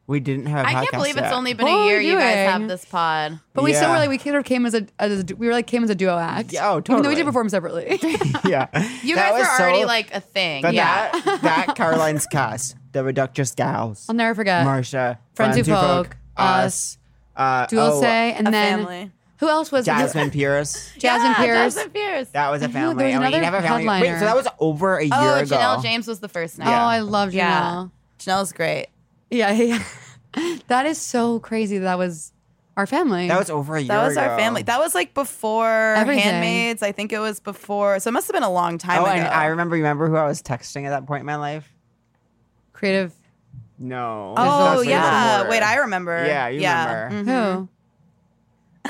Speaker 2: we didn't have. I
Speaker 3: I can't believe it's only been
Speaker 1: What
Speaker 3: a
Speaker 1: were
Speaker 3: year
Speaker 1: we
Speaker 3: you guys
Speaker 1: doing?
Speaker 3: have this pod.
Speaker 1: But we still were
Speaker 2: Yeah.
Speaker 1: like we kind of came as a, as a we were like came as a duo act.
Speaker 2: Yeah, oh,
Speaker 1: Even though we
Speaker 2: totally.
Speaker 1: did perform separately.
Speaker 2: yeah.
Speaker 3: You
Speaker 2: That
Speaker 3: guys
Speaker 2: was
Speaker 3: are
Speaker 2: so-
Speaker 3: already like a thing.
Speaker 2: But
Speaker 3: yeah.
Speaker 2: that that Caroline's cast, the Reductress gals,
Speaker 1: I'll never forget.
Speaker 2: Marcia,
Speaker 1: Friends who
Speaker 2: who
Speaker 1: folk,
Speaker 2: us, uh,
Speaker 1: Dulce
Speaker 2: oh,
Speaker 1: and
Speaker 3: a
Speaker 1: then
Speaker 3: family.
Speaker 1: who else was
Speaker 2: Jasmine Pierce.
Speaker 1: Jasmine
Speaker 3: Yeah,
Speaker 1: Pierce.
Speaker 3: Jasmine Pierce.
Speaker 2: That was a
Speaker 1: know, there was
Speaker 2: family. and we
Speaker 1: another
Speaker 2: didn't have a family. Wait,
Speaker 1: headliner.
Speaker 2: so that was over a year
Speaker 3: Oh,
Speaker 2: ago.
Speaker 3: Janelle James was the first name.
Speaker 1: Oh,
Speaker 2: Yeah.
Speaker 1: I love Janelle.
Speaker 3: Yeah. Janelle's great.
Speaker 1: Yeah, yeah. yeah. that is so crazy. That, that was our family.
Speaker 2: That was over a year.
Speaker 3: That was our
Speaker 2: ago.
Speaker 3: family. That was like before
Speaker 1: Everything.
Speaker 3: Handmaids. I think it was before. So it must have been a long time
Speaker 2: Oh,
Speaker 3: ago.
Speaker 2: and I remember. Remember who I was texting at that point in my life?
Speaker 1: creative.
Speaker 2: No.
Speaker 1: That's
Speaker 3: Oh
Speaker 1: what it
Speaker 3: yeah.
Speaker 2: was.
Speaker 3: Wait, I remember.
Speaker 2: Yeah, you remember.
Speaker 3: Mhm.
Speaker 1: Who?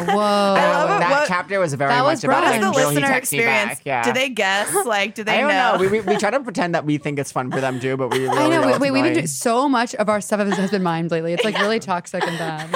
Speaker 1: Whoa.
Speaker 3: love
Speaker 2: Oh,
Speaker 3: it.
Speaker 2: that
Speaker 3: What-
Speaker 2: chapter was very
Speaker 1: That
Speaker 2: much
Speaker 1: was
Speaker 2: about
Speaker 1: brunch.
Speaker 2: it
Speaker 3: What was the
Speaker 2: until he
Speaker 3: listener
Speaker 2: texted me
Speaker 3: experience?
Speaker 2: Back. Yeah.
Speaker 3: Do they guess? Like, do they
Speaker 2: I don't know. We, we, we try to pretend that we think it's fun for them too, but we really
Speaker 1: I know. Wait, wait, we've been
Speaker 2: ultimately-
Speaker 1: doing so much of our stuff has- has been mined lately. It's like really toxic and bad.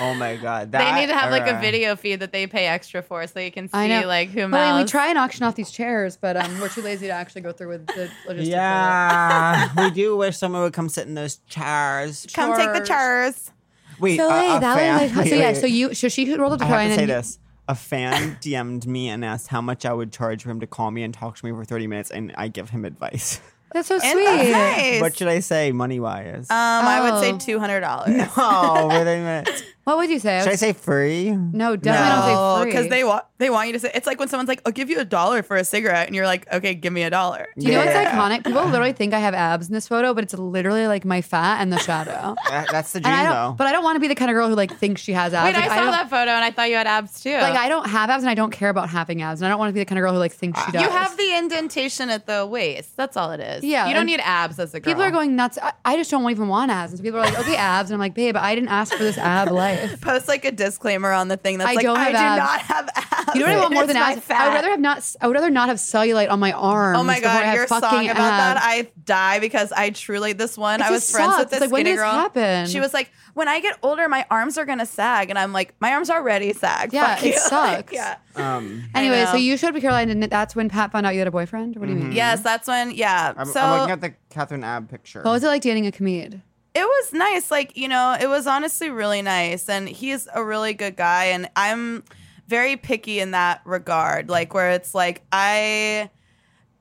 Speaker 2: Oh my god,
Speaker 4: They
Speaker 2: that
Speaker 4: need to have like a
Speaker 2: era.
Speaker 4: video feed that they pay extra for so you can see
Speaker 1: I know.
Speaker 4: like who
Speaker 1: Well,
Speaker 4: mounts.
Speaker 1: we try and auction off these chairs, but um, we're too lazy to actually go through with the logistics.
Speaker 2: Yeah, we do wish someone would come sit in those chairs.
Speaker 3: Come take the
Speaker 1: Chars.
Speaker 3: chars.
Speaker 2: Wait,
Speaker 1: So
Speaker 2: a,
Speaker 1: hey,
Speaker 2: a
Speaker 1: that was
Speaker 2: fan.
Speaker 1: like,
Speaker 2: wait,
Speaker 1: so yeah.
Speaker 2: wait,
Speaker 1: So
Speaker 2: wait.
Speaker 1: you so she rolled up to
Speaker 2: I
Speaker 1: Troy
Speaker 2: have
Speaker 1: and
Speaker 2: to say
Speaker 1: then
Speaker 2: this. A fan DM'd me and asked how much I would charge for him to call me and talk to me for 30 minutes, and I give him advice.
Speaker 1: that's so
Speaker 3: And- uh,
Speaker 1: sweet.
Speaker 3: Nice.
Speaker 2: What should I say, money wise?
Speaker 3: um, I would
Speaker 1: Oh.
Speaker 3: say two hundred dollars.
Speaker 2: oh, wait a minute.
Speaker 1: What would you say?
Speaker 2: Should I say free?
Speaker 1: no, definitely
Speaker 3: No,
Speaker 1: don't say free.
Speaker 3: because Oh, they want they want you to say it's like when someone's like, "I'll give you a dollar for a cigarette," and you're like, "Okay, give me a dollar."
Speaker 1: Do you know what's
Speaker 2: Yeah.
Speaker 1: iconic? People literally think I have abs in this photo, but it's literally like my fat and the shadow.
Speaker 2: That- that's the
Speaker 1: and
Speaker 2: dream,
Speaker 1: I
Speaker 2: though.
Speaker 1: don't, but I don't want to be the kind of girl who like thinks she has abs.
Speaker 4: Wait,
Speaker 1: Like,
Speaker 4: I
Speaker 1: don't-
Speaker 4: saw that photo and I thought you had abs too.
Speaker 1: Like I don't have abs, and I don't care about having abs, and I don't want to be the kind of girl who like thinks she does.
Speaker 4: you have the indentation at the waist. That's all it is.
Speaker 1: Yeah,
Speaker 4: You don't
Speaker 1: and
Speaker 4: need abs as a girl.
Speaker 1: People are going nuts. I, I just don't even want abs. And so people are like, okay, abs. And I'm like, babe, I didn't ask for this ab life.
Speaker 3: Post like a disclaimer on the thing that's
Speaker 1: I
Speaker 3: like,
Speaker 1: don't
Speaker 3: "I
Speaker 1: have
Speaker 3: do
Speaker 1: abs."
Speaker 3: not have abs."
Speaker 1: You know what I want more
Speaker 3: It's
Speaker 1: than
Speaker 3: my
Speaker 1: abs? I would rather have not. I would rather not have cellulite on my arm.
Speaker 3: Oh my god, your song about that, I die because I truly this one.
Speaker 1: It
Speaker 3: I was
Speaker 1: just
Speaker 3: friends
Speaker 1: sucks.
Speaker 3: with this
Speaker 1: Like, when
Speaker 3: skinny
Speaker 1: did this
Speaker 3: girl.
Speaker 1: happen?
Speaker 3: She was like, "When I get older, my arms are gonna sag," and I'm like, "My arms already sag."
Speaker 1: Yeah, it
Speaker 3: Fuck you." Like,
Speaker 1: sucks.
Speaker 3: yeah.
Speaker 2: um,
Speaker 1: anyway,
Speaker 3: know.
Speaker 1: so you showed up to Caroline, and that's when Pat found out you had a boyfriend. What do you mean?
Speaker 3: Yes, that's when. Yeah.
Speaker 2: Mm-hmm. I'm,
Speaker 3: so
Speaker 2: I'm looking at the Catherine Ab picture.
Speaker 1: What was it like dating a comedian?
Speaker 3: it was nice. Like, you know, it was honestly really nice. And he's a really good guy. And I'm very picky in that regard. Like, where it's like, I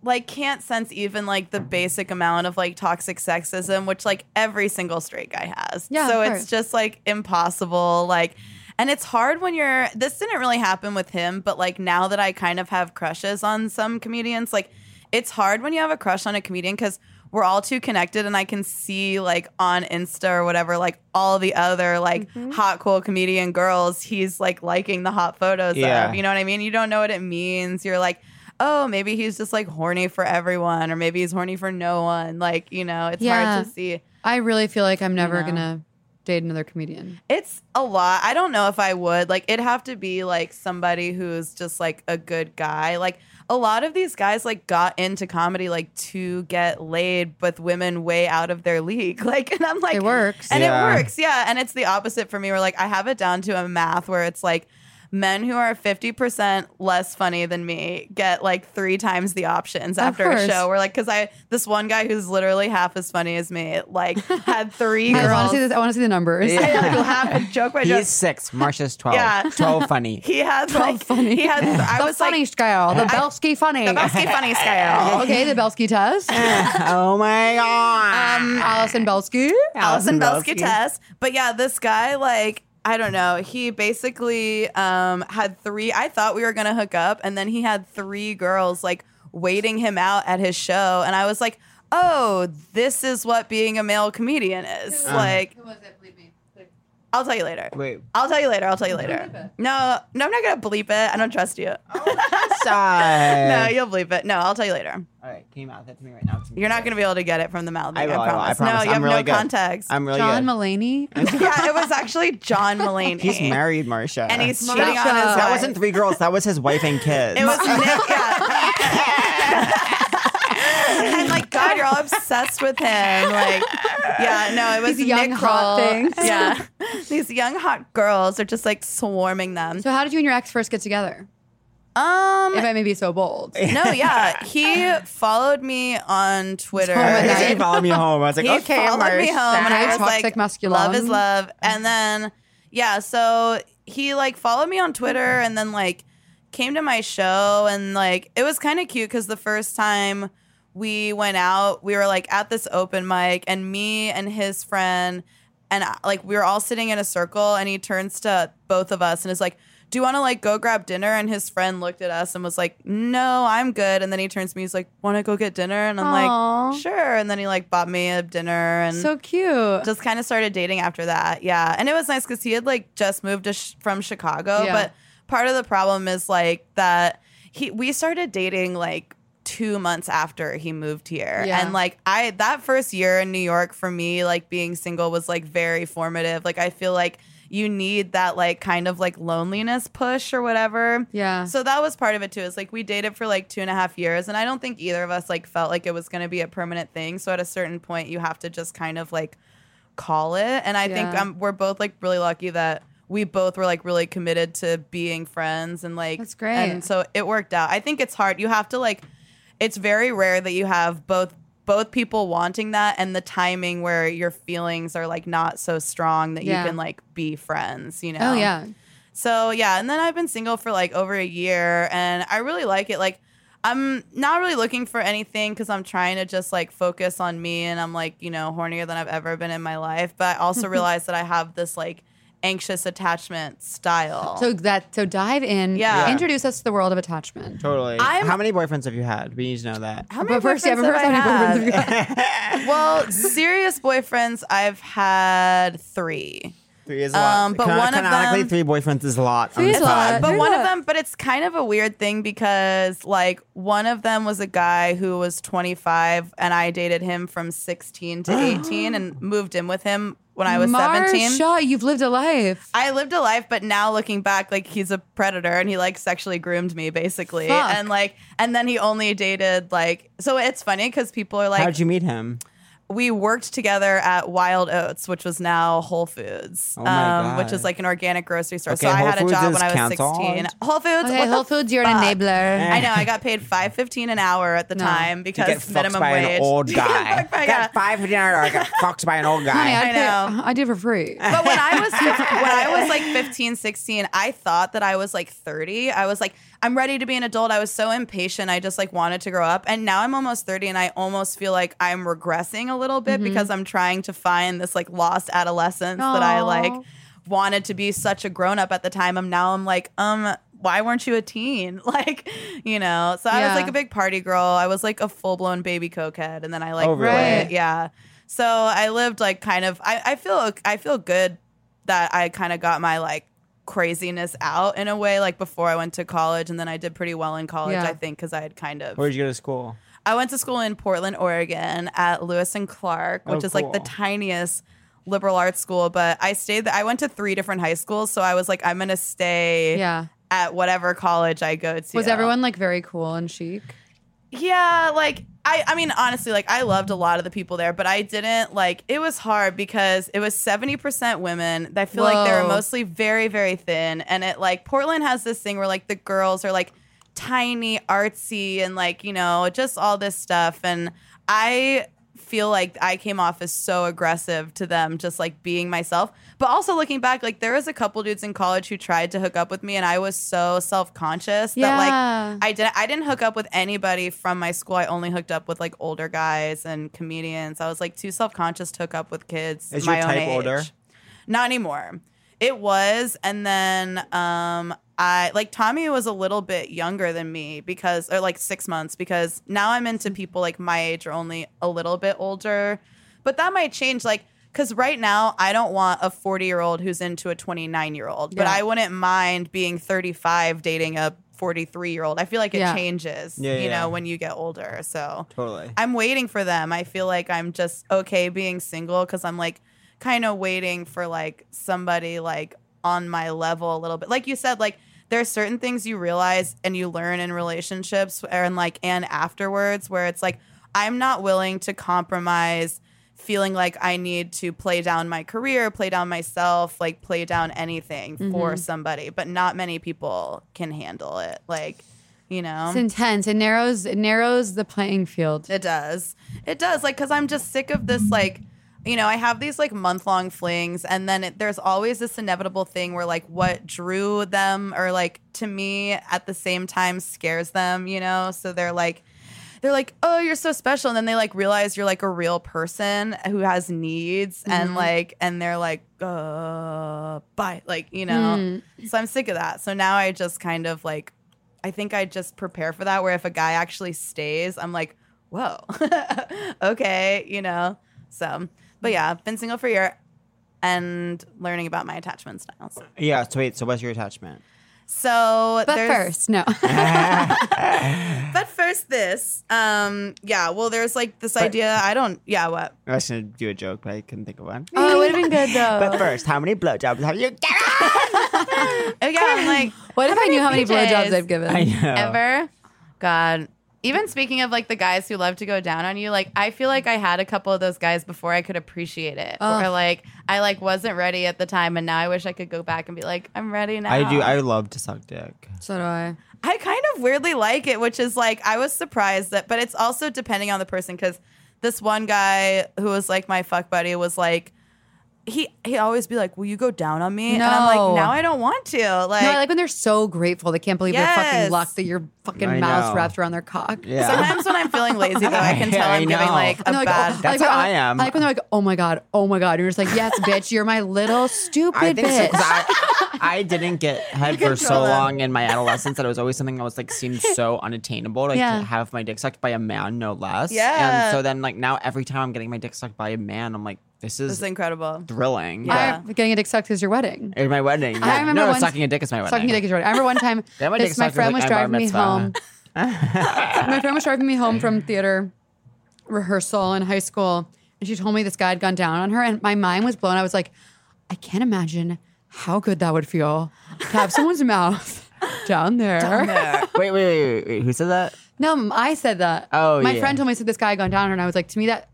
Speaker 3: like can't sense even like the basic amount of like toxic sexism which like every single straight guy has
Speaker 1: Yeah,
Speaker 3: so
Speaker 1: of
Speaker 3: it's
Speaker 1: course.
Speaker 3: just like impossible like and it's hard when you're this didn't really happen with him but like now that i kind of have crushes on some comedians like it's hard when you have a crush on a comedian because we're all too connected and i can see like on insta or whatever like all the other like hot cool comedian girls he's like liking the hot photos
Speaker 2: Yeah.
Speaker 3: of you know what i mean you don't know what it means you're like oh, maybe he's just like horny for everyone, or maybe he's horny for no one. Like, you know, it's
Speaker 1: Yeah.
Speaker 3: hard to see.
Speaker 1: I really feel like I'm never
Speaker 3: know.
Speaker 1: gonna date another comedian.
Speaker 3: It's a lot. I don't know if I would. Like, it'd have to be like somebody who's just like a good guy. Like, a lot of these guys like got into comedy like to get laid with women way out of their league. Like, and I'm like,
Speaker 1: It works.
Speaker 3: And
Speaker 2: Yeah.
Speaker 3: it works, yeah. And it's the opposite for me. Where like I have it down to a math where it's like men who are fifty percent less funny than me get like three times the options
Speaker 1: Of
Speaker 3: after a
Speaker 1: course.
Speaker 3: show. Where like because I this one guy who's literally half as funny as me like had three
Speaker 1: I want
Speaker 3: girls.
Speaker 1: to see this. I want to see the numbers.
Speaker 2: Yeah.
Speaker 3: I, like, laugh joke by joke.
Speaker 2: He's six. Marsha's 12.
Speaker 3: Yeah.
Speaker 2: 12 funny.
Speaker 3: He had like
Speaker 1: funny.
Speaker 3: he had. I
Speaker 1: the
Speaker 3: was
Speaker 1: funny
Speaker 3: like
Speaker 1: scale, the Belsky funny.
Speaker 3: the Belsky funny scale.
Speaker 1: okay, the Belsky test.
Speaker 2: oh my god.
Speaker 1: Um, Allison Belsky.
Speaker 3: Allison
Speaker 2: Belsky.
Speaker 3: Belsky test. But yeah, this guy, like, I don't know. He basically um, had three. I thought we were going to hook up, and then he had three girls, like, waiting him out at his show. And I was like, oh, this is what being a male comedian is. Like,
Speaker 1: was it? Believe me.
Speaker 3: I'll tell you later.
Speaker 2: Wait.
Speaker 3: I'll tell you later. I'll tell you later. No, no, I'm not going to bleep it. I don't trust you.
Speaker 2: Sorry.
Speaker 3: No, you'll bleep it. No, I'll tell you later.
Speaker 2: All right, can you mouth that to me right now?
Speaker 3: You're not going to be able to get it from the mouth.
Speaker 2: I will, I will, I
Speaker 3: No,
Speaker 2: promise.
Speaker 3: you
Speaker 2: I'm
Speaker 3: have
Speaker 2: really
Speaker 3: no
Speaker 2: good.
Speaker 3: context.
Speaker 2: I'm really
Speaker 1: John
Speaker 2: good.
Speaker 1: Mulaney.
Speaker 3: yeah, it was actually John Mulaney.
Speaker 2: He's married, Marsha.
Speaker 3: and he's
Speaker 1: Marsha.
Speaker 3: cheating on his
Speaker 1: That
Speaker 2: That
Speaker 3: wife.
Speaker 2: wasn't three girls. That was his wife and kids.
Speaker 3: Oh, It was Nick. yeah. and like God, you're all obsessed with him. Like, yeah, no, it was
Speaker 1: These young
Speaker 3: Nick
Speaker 1: hot
Speaker 3: Kroll.
Speaker 1: things.
Speaker 3: Yeah, these young hot girls are just like swarming them.
Speaker 1: So how did you and your ex first get together?
Speaker 3: Um,
Speaker 1: If I may be so bold.
Speaker 3: no, yeah, he followed me on Twitter.
Speaker 1: Oh my God.
Speaker 2: he followed me home. I was like, "Oh,
Speaker 3: He
Speaker 2: okay,
Speaker 3: followed me
Speaker 2: Marsha.
Speaker 3: home, and I
Speaker 1: Very
Speaker 3: was
Speaker 1: toxic
Speaker 3: like,
Speaker 1: masculinity.
Speaker 3: "Love is love." And then, yeah, so he like followed me on Twitter, and then like came to my show, and like it was kind of cute because the first time we went out, we were like at this open mic, and me and his friend, and I- like we were all sitting in a circle, and he turns to both of us and is like. Do you want to like go grab dinner? And his friend looked at us and was like, "No, I'm good." And then he turns to me, he's like, "Want to go get dinner?" And I'm
Speaker 1: Aw.
Speaker 3: like, "Sure." And then he like bought me a dinner and
Speaker 1: So cute.
Speaker 3: just kind of started dating after that. Yeah. And it was nice because he had like just moved to sh- from Chicago.
Speaker 1: Yeah.
Speaker 3: But part of the problem is like that he we started dating like two months after he moved here.
Speaker 1: Yeah.
Speaker 3: And like I that first year in New York for me, like being single was like very formative. Like I feel like you need that like kind of like loneliness push or whatever.
Speaker 1: yeah.
Speaker 3: So that was part of it too. Is like we dated for like two and a half years, and I don't think either of us like felt like it was going to be a permanent thing. So at a certain point, you have to just kind of like call it. And I think
Speaker 1: Yeah.
Speaker 3: um, we're both like really lucky that we both were like really committed to being friends and like
Speaker 1: That's great.
Speaker 3: And so it worked out. I think it's hard. You have to like. It's very rare that you have both both people wanting that and the timing where your feelings are like not so strong that
Speaker 1: Yeah.
Speaker 3: you can like be friends, you
Speaker 1: Oh
Speaker 3: know?
Speaker 1: yeah.
Speaker 3: So yeah, and then I've been single for like over a year and I really like it. Like I'm not really looking for anything because I'm trying to just like focus on me and I'm like, you know, hornier than I've ever been in my life. But I also realize that I have this like anxious attachment style.
Speaker 1: So that so dive in.
Speaker 3: Yeah. Yeah.
Speaker 1: Introduce us to the world of attachment.
Speaker 2: Totally.
Speaker 3: I'm-
Speaker 2: How many boyfriends have you had? We need to know that.
Speaker 3: how
Speaker 1: But first, yeah, but
Speaker 3: boyfriends have
Speaker 1: first, how many
Speaker 3: I
Speaker 1: boyfriends
Speaker 3: had?
Speaker 1: have you had?
Speaker 3: Well, serious boyfriends, I've had three.
Speaker 2: Three is a
Speaker 3: Um,
Speaker 2: lot.
Speaker 3: but
Speaker 2: Cano-
Speaker 3: one of
Speaker 2: canonically,
Speaker 3: them-
Speaker 2: three boyfriends is a lot.
Speaker 1: Three
Speaker 2: on
Speaker 1: is
Speaker 2: this
Speaker 1: a lot.
Speaker 2: pod.
Speaker 1: But
Speaker 3: But
Speaker 1: Who
Speaker 3: one
Speaker 1: the-
Speaker 3: of them, but it's kind of a weird thing because like one of them was a guy who was 25 and I dated him from 16 to 18 and moved in with him when I was 17.
Speaker 1: Marsha, you've lived a life.
Speaker 3: I lived a life, but now looking back, like he's a predator and he like sexually groomed me basically.
Speaker 1: Fuck.
Speaker 3: And like, and then he only dated like, so it's funny because people are
Speaker 2: How'd
Speaker 3: like,
Speaker 2: you meet him?
Speaker 3: we worked together at Wild Oats, which was now Whole Foods,
Speaker 2: Oh
Speaker 3: um,
Speaker 2: my
Speaker 3: which is
Speaker 2: God.
Speaker 3: like an organic grocery store. so
Speaker 2: Okay,
Speaker 3: I
Speaker 2: Whole
Speaker 3: had a
Speaker 2: Foods
Speaker 3: job
Speaker 2: is
Speaker 3: when I was
Speaker 2: canceled?
Speaker 3: 16. Whole Foods,
Speaker 1: Okay,
Speaker 3: what the
Speaker 1: Whole Foods, you're
Speaker 3: fuck?
Speaker 1: an enabler.
Speaker 3: I know. I got paid five fifteen an hour at the
Speaker 1: No.
Speaker 3: time because
Speaker 2: To get fucked
Speaker 3: minimum
Speaker 2: by
Speaker 3: wage.
Speaker 2: an old
Speaker 3: To get
Speaker 2: guy.
Speaker 3: fucked by a guy.
Speaker 2: got five hundred hour. I got fucked by an old
Speaker 1: Honey,
Speaker 2: guy.
Speaker 1: I'd
Speaker 3: I
Speaker 1: pay-
Speaker 3: know.
Speaker 1: I do for free.
Speaker 3: But when I was when I was like 15, 16, I thought that I was like 30. I was like, I'm ready to be an adult. I was so impatient. I just like wanted to grow up. And now I'm almost 30 and I almost feel like I'm regressing a little
Speaker 2: Mm-hmm.
Speaker 3: bit because I'm trying to find this like lost adolescence that I
Speaker 1: Aw.
Speaker 3: like wanted to be such a grown up at the time. I'm now I'm like, um, why weren't you a teen? Like, you know. So I
Speaker 1: Yeah.
Speaker 3: was like a big party girl. I was like a full blown baby cokehead, and then I like
Speaker 2: Oh, really?
Speaker 3: quit.
Speaker 1: Right.
Speaker 3: Yeah. So I lived like kind of. I, I feel I feel good that I kind of got my like craziness out in a way. Like before I went to college, and then I did pretty well in college.
Speaker 1: Yeah.
Speaker 3: I think because I had kind of.
Speaker 2: Where'd you go to school?
Speaker 3: I went to school in Portland, Oregon at Lewis and Clark, which
Speaker 2: Oh,
Speaker 3: is like the
Speaker 2: cool.
Speaker 3: tiniest liberal arts school. But I stayed. I went to three different high schools, so I was like, I'm gonna stay
Speaker 1: Yeah.
Speaker 3: at whatever college I go to.
Speaker 1: Was everyone like very cool and chic?
Speaker 3: Yeah, like I I mean honestly, like I loved a lot of the people there, but I didn't like it was hard because it was 70% women. I feel like they were
Speaker 1: Whoa.
Speaker 3: mostly very very thin and it like Portland has this thing where like the girls are like tiny, artsy and like, you know, just all this stuff and I feel like I came off as so aggressive to them just like being myself. But also looking back, like there was a couple dudes in college who tried to hook up with me and I was so self-conscious that like
Speaker 1: Yeah.
Speaker 3: I didn't I didn't hook up with anybody from my school. I only hooked up with like older guys and comedians. I was like too self conscious to hook up with kids.
Speaker 2: Is
Speaker 3: my
Speaker 2: your
Speaker 3: own
Speaker 2: type
Speaker 3: age.
Speaker 2: older?
Speaker 3: Not anymore. It was, and then um I like Tommy was a little bit younger than me because or like six months because now I'm into people like my age or only a little bit older. But that might change like because right now I don't want a 40 year old who's into a 29 year old, but
Speaker 1: Yeah.
Speaker 3: I wouldn't mind being 35 dating a 43 year old. I feel like it
Speaker 1: Yeah.
Speaker 3: changes,
Speaker 2: Yeah,
Speaker 3: you
Speaker 2: yeah.
Speaker 3: know, when you get older. So
Speaker 2: Totally.
Speaker 3: I'm waiting for them. I feel like I'm just okay being single because I'm like kind of waiting for like somebody like on my level a little bit. Like you said, like there are certain things you realize and you learn in relationships and like and afterwards where it's like I'm not willing to compromise feeling like I need to play down my career, play down myself, like play down anything for somebody, but not many people can handle it. Like, you know.
Speaker 2: um,
Speaker 1: It's intense. It narrows it narrows the playing field.
Speaker 3: It does. It does. Like, cause I'm just sick of this. Like, you know, I have these like month long flings, and then it, there's always this inevitable thing where like what drew them or like to me at the same time scares them. You know, so they're like. They're like, oh, you're so special. And then they like realize you're like a real person who has needs
Speaker 1: Mm-hmm.
Speaker 3: and like, and they're like, uh, bye. Like, you
Speaker 1: Mm.
Speaker 3: know, so I'm sick of that. So now I just kind of like I think I just prepare for that. Where if a guy actually stays, I'm like, whoa, okay, you know. So, but yeah, I've been single for a year and learning about my attachment styles.
Speaker 2: Yeah. So wait. So what's your attachment?
Speaker 3: So,
Speaker 1: But
Speaker 3: there's-
Speaker 1: first, no.
Speaker 3: but first, this, um, yeah. Well, there's like this idea. I don't. Yeah, what?
Speaker 2: I was gonna do a joke, but I couldn't think of one.
Speaker 1: oh, it would have been good though.
Speaker 2: But first, how many blowjobs have you given?
Speaker 3: Oh yeah, I'm like,
Speaker 1: what if I knew how many
Speaker 3: PJs?
Speaker 1: blowjobs I've given?
Speaker 2: I know.
Speaker 3: ever?
Speaker 4: God. Even speaking of like the guys who love to go down on you, like I feel like I had a couple of those guys before I could appreciate it.
Speaker 1: Ugh.
Speaker 4: Or like I like wasn't ready at the time and now I wish I could go back and be like, I'm ready now.
Speaker 2: I do.
Speaker 3: Oh.
Speaker 2: I love to suck dick.
Speaker 1: so do I.
Speaker 3: I kind of weirdly like it, which is like I was surprised that, but it's also depending on the person because this one guy who was like my fuck buddy was like, he he always be like, "Will you go down on me?" And I'm
Speaker 1: No.
Speaker 3: like, "Now I don't want to." Like,
Speaker 1: no, I like when they're so grateful. They can't believe their fucking
Speaker 3: Yes.
Speaker 1: luck that your fucking
Speaker 2: I
Speaker 1: mouth's
Speaker 2: know.
Speaker 1: wrapped around their cock.
Speaker 2: Yeah.
Speaker 3: sometimes when I'm feeling lazy, though, I can tell
Speaker 2: I
Speaker 3: I'm giving
Speaker 2: know.
Speaker 3: like a
Speaker 1: And they're like,
Speaker 3: bad.
Speaker 1: oh,
Speaker 2: That's
Speaker 1: like,
Speaker 2: how
Speaker 1: oh,
Speaker 2: I am.
Speaker 1: like when they're like, oh my God, oh my God. And you're just like, yes, bitch, you're my little stupid
Speaker 2: I think so
Speaker 1: bitch.
Speaker 2: 'cause I, I didn't get head for so
Speaker 3: control them.
Speaker 2: long in my adolescence that it was always something that was like seemed so unattainable, like
Speaker 1: Yeah.
Speaker 2: to have my dick sucked by a man, no less.
Speaker 3: Yeah.
Speaker 2: And so then like now every time I'm getting my dick sucked by a man, I'm like, this is
Speaker 3: This is incredible.
Speaker 2: thrilling.
Speaker 3: Yeah.
Speaker 1: I- getting a dick sucked is your wedding.
Speaker 2: It's my wedding.
Speaker 1: I
Speaker 2: yeah.
Speaker 1: remember
Speaker 2: no,
Speaker 1: once-
Speaker 2: sucking a dick is my wedding.
Speaker 1: Sucking a dick is your wedding. I remember one time,
Speaker 2: Yeah, my dick
Speaker 1: this, my
Speaker 2: sucked was
Speaker 1: friend
Speaker 2: like,
Speaker 1: was
Speaker 2: I'm bar
Speaker 1: driving me
Speaker 2: mitzvah.
Speaker 1: home. my friend was driving me home from theater rehearsal in high school, and she told me this guy had gone down on her, and my mind was blown. I was like, I can't imagine how good that would feel to have someone's mouth down there.
Speaker 2: wait, wait, wait, wait, wait. Who said that?
Speaker 1: No, m- I said that.
Speaker 2: Oh,
Speaker 1: my
Speaker 2: yeah.
Speaker 1: friend told me I said this guy had gone down on her, and I was like, to me that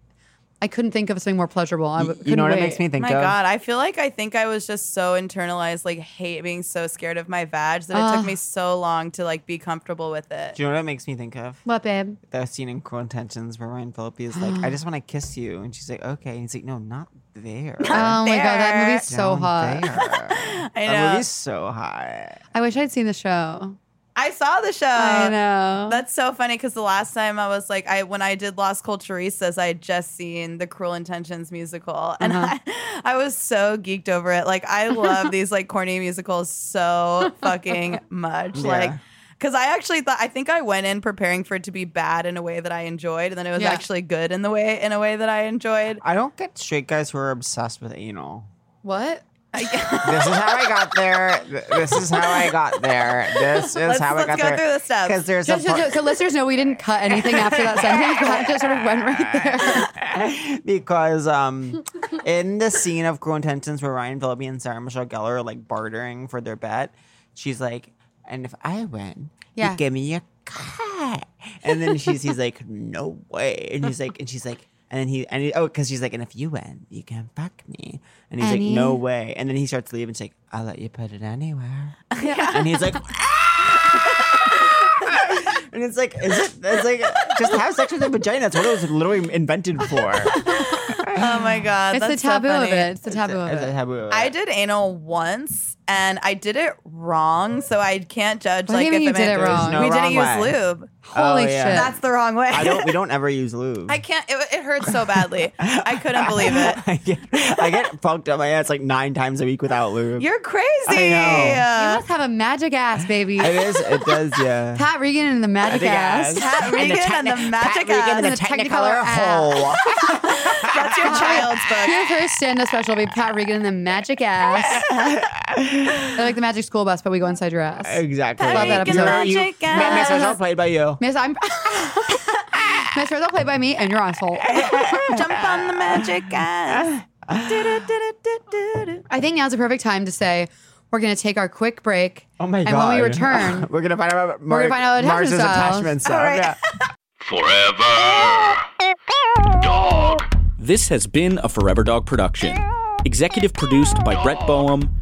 Speaker 1: I couldn't think of something more pleasurable. I w-
Speaker 2: you
Speaker 1: couldn't
Speaker 2: know what it
Speaker 1: wait.
Speaker 2: makes me think
Speaker 3: My
Speaker 2: of?
Speaker 3: God, I feel like I think I was just so internalized, like hate being so scared of my vag that it
Speaker 1: Ah.
Speaker 3: took me so long to like be comfortable with it.
Speaker 2: Do you know what it makes me think of?
Speaker 1: What, babe?
Speaker 2: That scene in Cruel Intentions where Ryan Phillippe is like, I just want to kiss you. And she's like, okay. And he's like, no, not there.
Speaker 1: Oh my god, that movie's so
Speaker 2: Down
Speaker 1: hot.
Speaker 2: there."
Speaker 3: I
Speaker 2: That
Speaker 3: know.
Speaker 2: movie's so hot.
Speaker 1: I wish I'd seen the show.
Speaker 3: I saw the show.
Speaker 2: Uh,
Speaker 1: I know.
Speaker 3: That's so funny because the last time I was like, I when I did Las Culturistas, I had just seen the Cruel Intentions musical, and
Speaker 1: Uh-huh.
Speaker 3: I, I was so geeked over it. Like, I love these like corny musicals so fucking much.
Speaker 2: Yeah.
Speaker 3: Like, because I actually thought I think I went in preparing for it to be bad in a way that I enjoyed, and then it was
Speaker 1: Yeah.
Speaker 3: actually good in the way in a way that I enjoyed.
Speaker 2: I don't get straight guys who are obsessed with anal.
Speaker 1: what?
Speaker 2: This is how I got there. Th- This is how I got there. This is
Speaker 3: Let's-
Speaker 2: how I
Speaker 3: let's
Speaker 2: got
Speaker 3: go
Speaker 2: there.
Speaker 3: through the steps.
Speaker 2: Because there's
Speaker 1: Just,
Speaker 2: a part-
Speaker 1: just- so listeners know we didn't cut anything after that sentence. That just sort of went right there.
Speaker 2: because um, in the scene of Cruel Intentions where Ryan Phillippe and Sarah Michelle Gellar are like bartering for their bet, she's like, "And if I win,
Speaker 1: Yeah.
Speaker 2: you give me your cut." And then she's he's like, "No way!" And he's like, and she's like. And then he and he, oh, because she's like, and if you win, you can fuck me. And he's
Speaker 1: Annie.
Speaker 2: like, no way. And then he starts leaving. She's like, I'll let you put it anywhere. And he's like, "Ah!" and it's like, is it? It's like, just have sex with a vagina. That's what it was literally invented for.
Speaker 3: Oh my god,
Speaker 1: It's the
Speaker 3: that's so
Speaker 1: taboo of
Speaker 3: funny.
Speaker 1: it. It's the taboo of
Speaker 2: It's a
Speaker 1: it.
Speaker 2: taboo.
Speaker 3: I did anal once and I did it wrong, so I can't judge.
Speaker 1: What do
Speaker 3: like
Speaker 1: you mean
Speaker 3: if
Speaker 1: you
Speaker 3: it
Speaker 1: did it
Speaker 3: meant-
Speaker 1: wrong?
Speaker 2: No
Speaker 3: we didn't
Speaker 2: wrong way.
Speaker 3: use lube.
Speaker 1: Holy
Speaker 2: Oh,
Speaker 1: shit.
Speaker 2: yeah.
Speaker 3: That's the wrong way.
Speaker 2: I don't. We don't ever use lube.
Speaker 3: I can't. It, it hurt so badly. I couldn't believe it.
Speaker 2: I get, I get punked up my ass like nine times a week without lube.
Speaker 3: You're crazy. Uh,
Speaker 2: I
Speaker 1: you must have a magic ass, baby.
Speaker 2: it is. It does. Yeah.
Speaker 1: Pat Regan and the magic ass.
Speaker 3: Pat Regan and the magic ass.
Speaker 2: and the,
Speaker 1: And the
Speaker 2: Technicolor
Speaker 1: Technicolor ass.
Speaker 2: hole.
Speaker 3: That's your child's book.
Speaker 1: Your first stand-up special will be Pat Regan and the magic ass. They're like the magic school bus, but we go inside your ass.
Speaker 2: exactly.
Speaker 1: Love that
Speaker 2: You're-
Speaker 1: episode.
Speaker 2: You,
Speaker 3: Magic
Speaker 2: Ma- Miss
Speaker 3: ass.
Speaker 2: Rachel played by you.
Speaker 1: Miss, I'm. Miss Rizzo played by me and your asshole.
Speaker 3: Jump on the magic ass. Do-do-do-do-do-do.
Speaker 1: I think now's the perfect time to say we're going to take our quick break.
Speaker 2: Oh my
Speaker 1: and
Speaker 2: god.
Speaker 1: when we return,
Speaker 2: we're gonna find out about Mar-
Speaker 1: gonna find out about
Speaker 2: Mars's
Speaker 1: attachment styles.
Speaker 2: attachment
Speaker 3: All
Speaker 2: stuff.
Speaker 3: right.
Speaker 2: Yeah.
Speaker 5: Forever. Dog.
Speaker 6: This has been a Forever Dog production. Executive produced by Brett Boehm,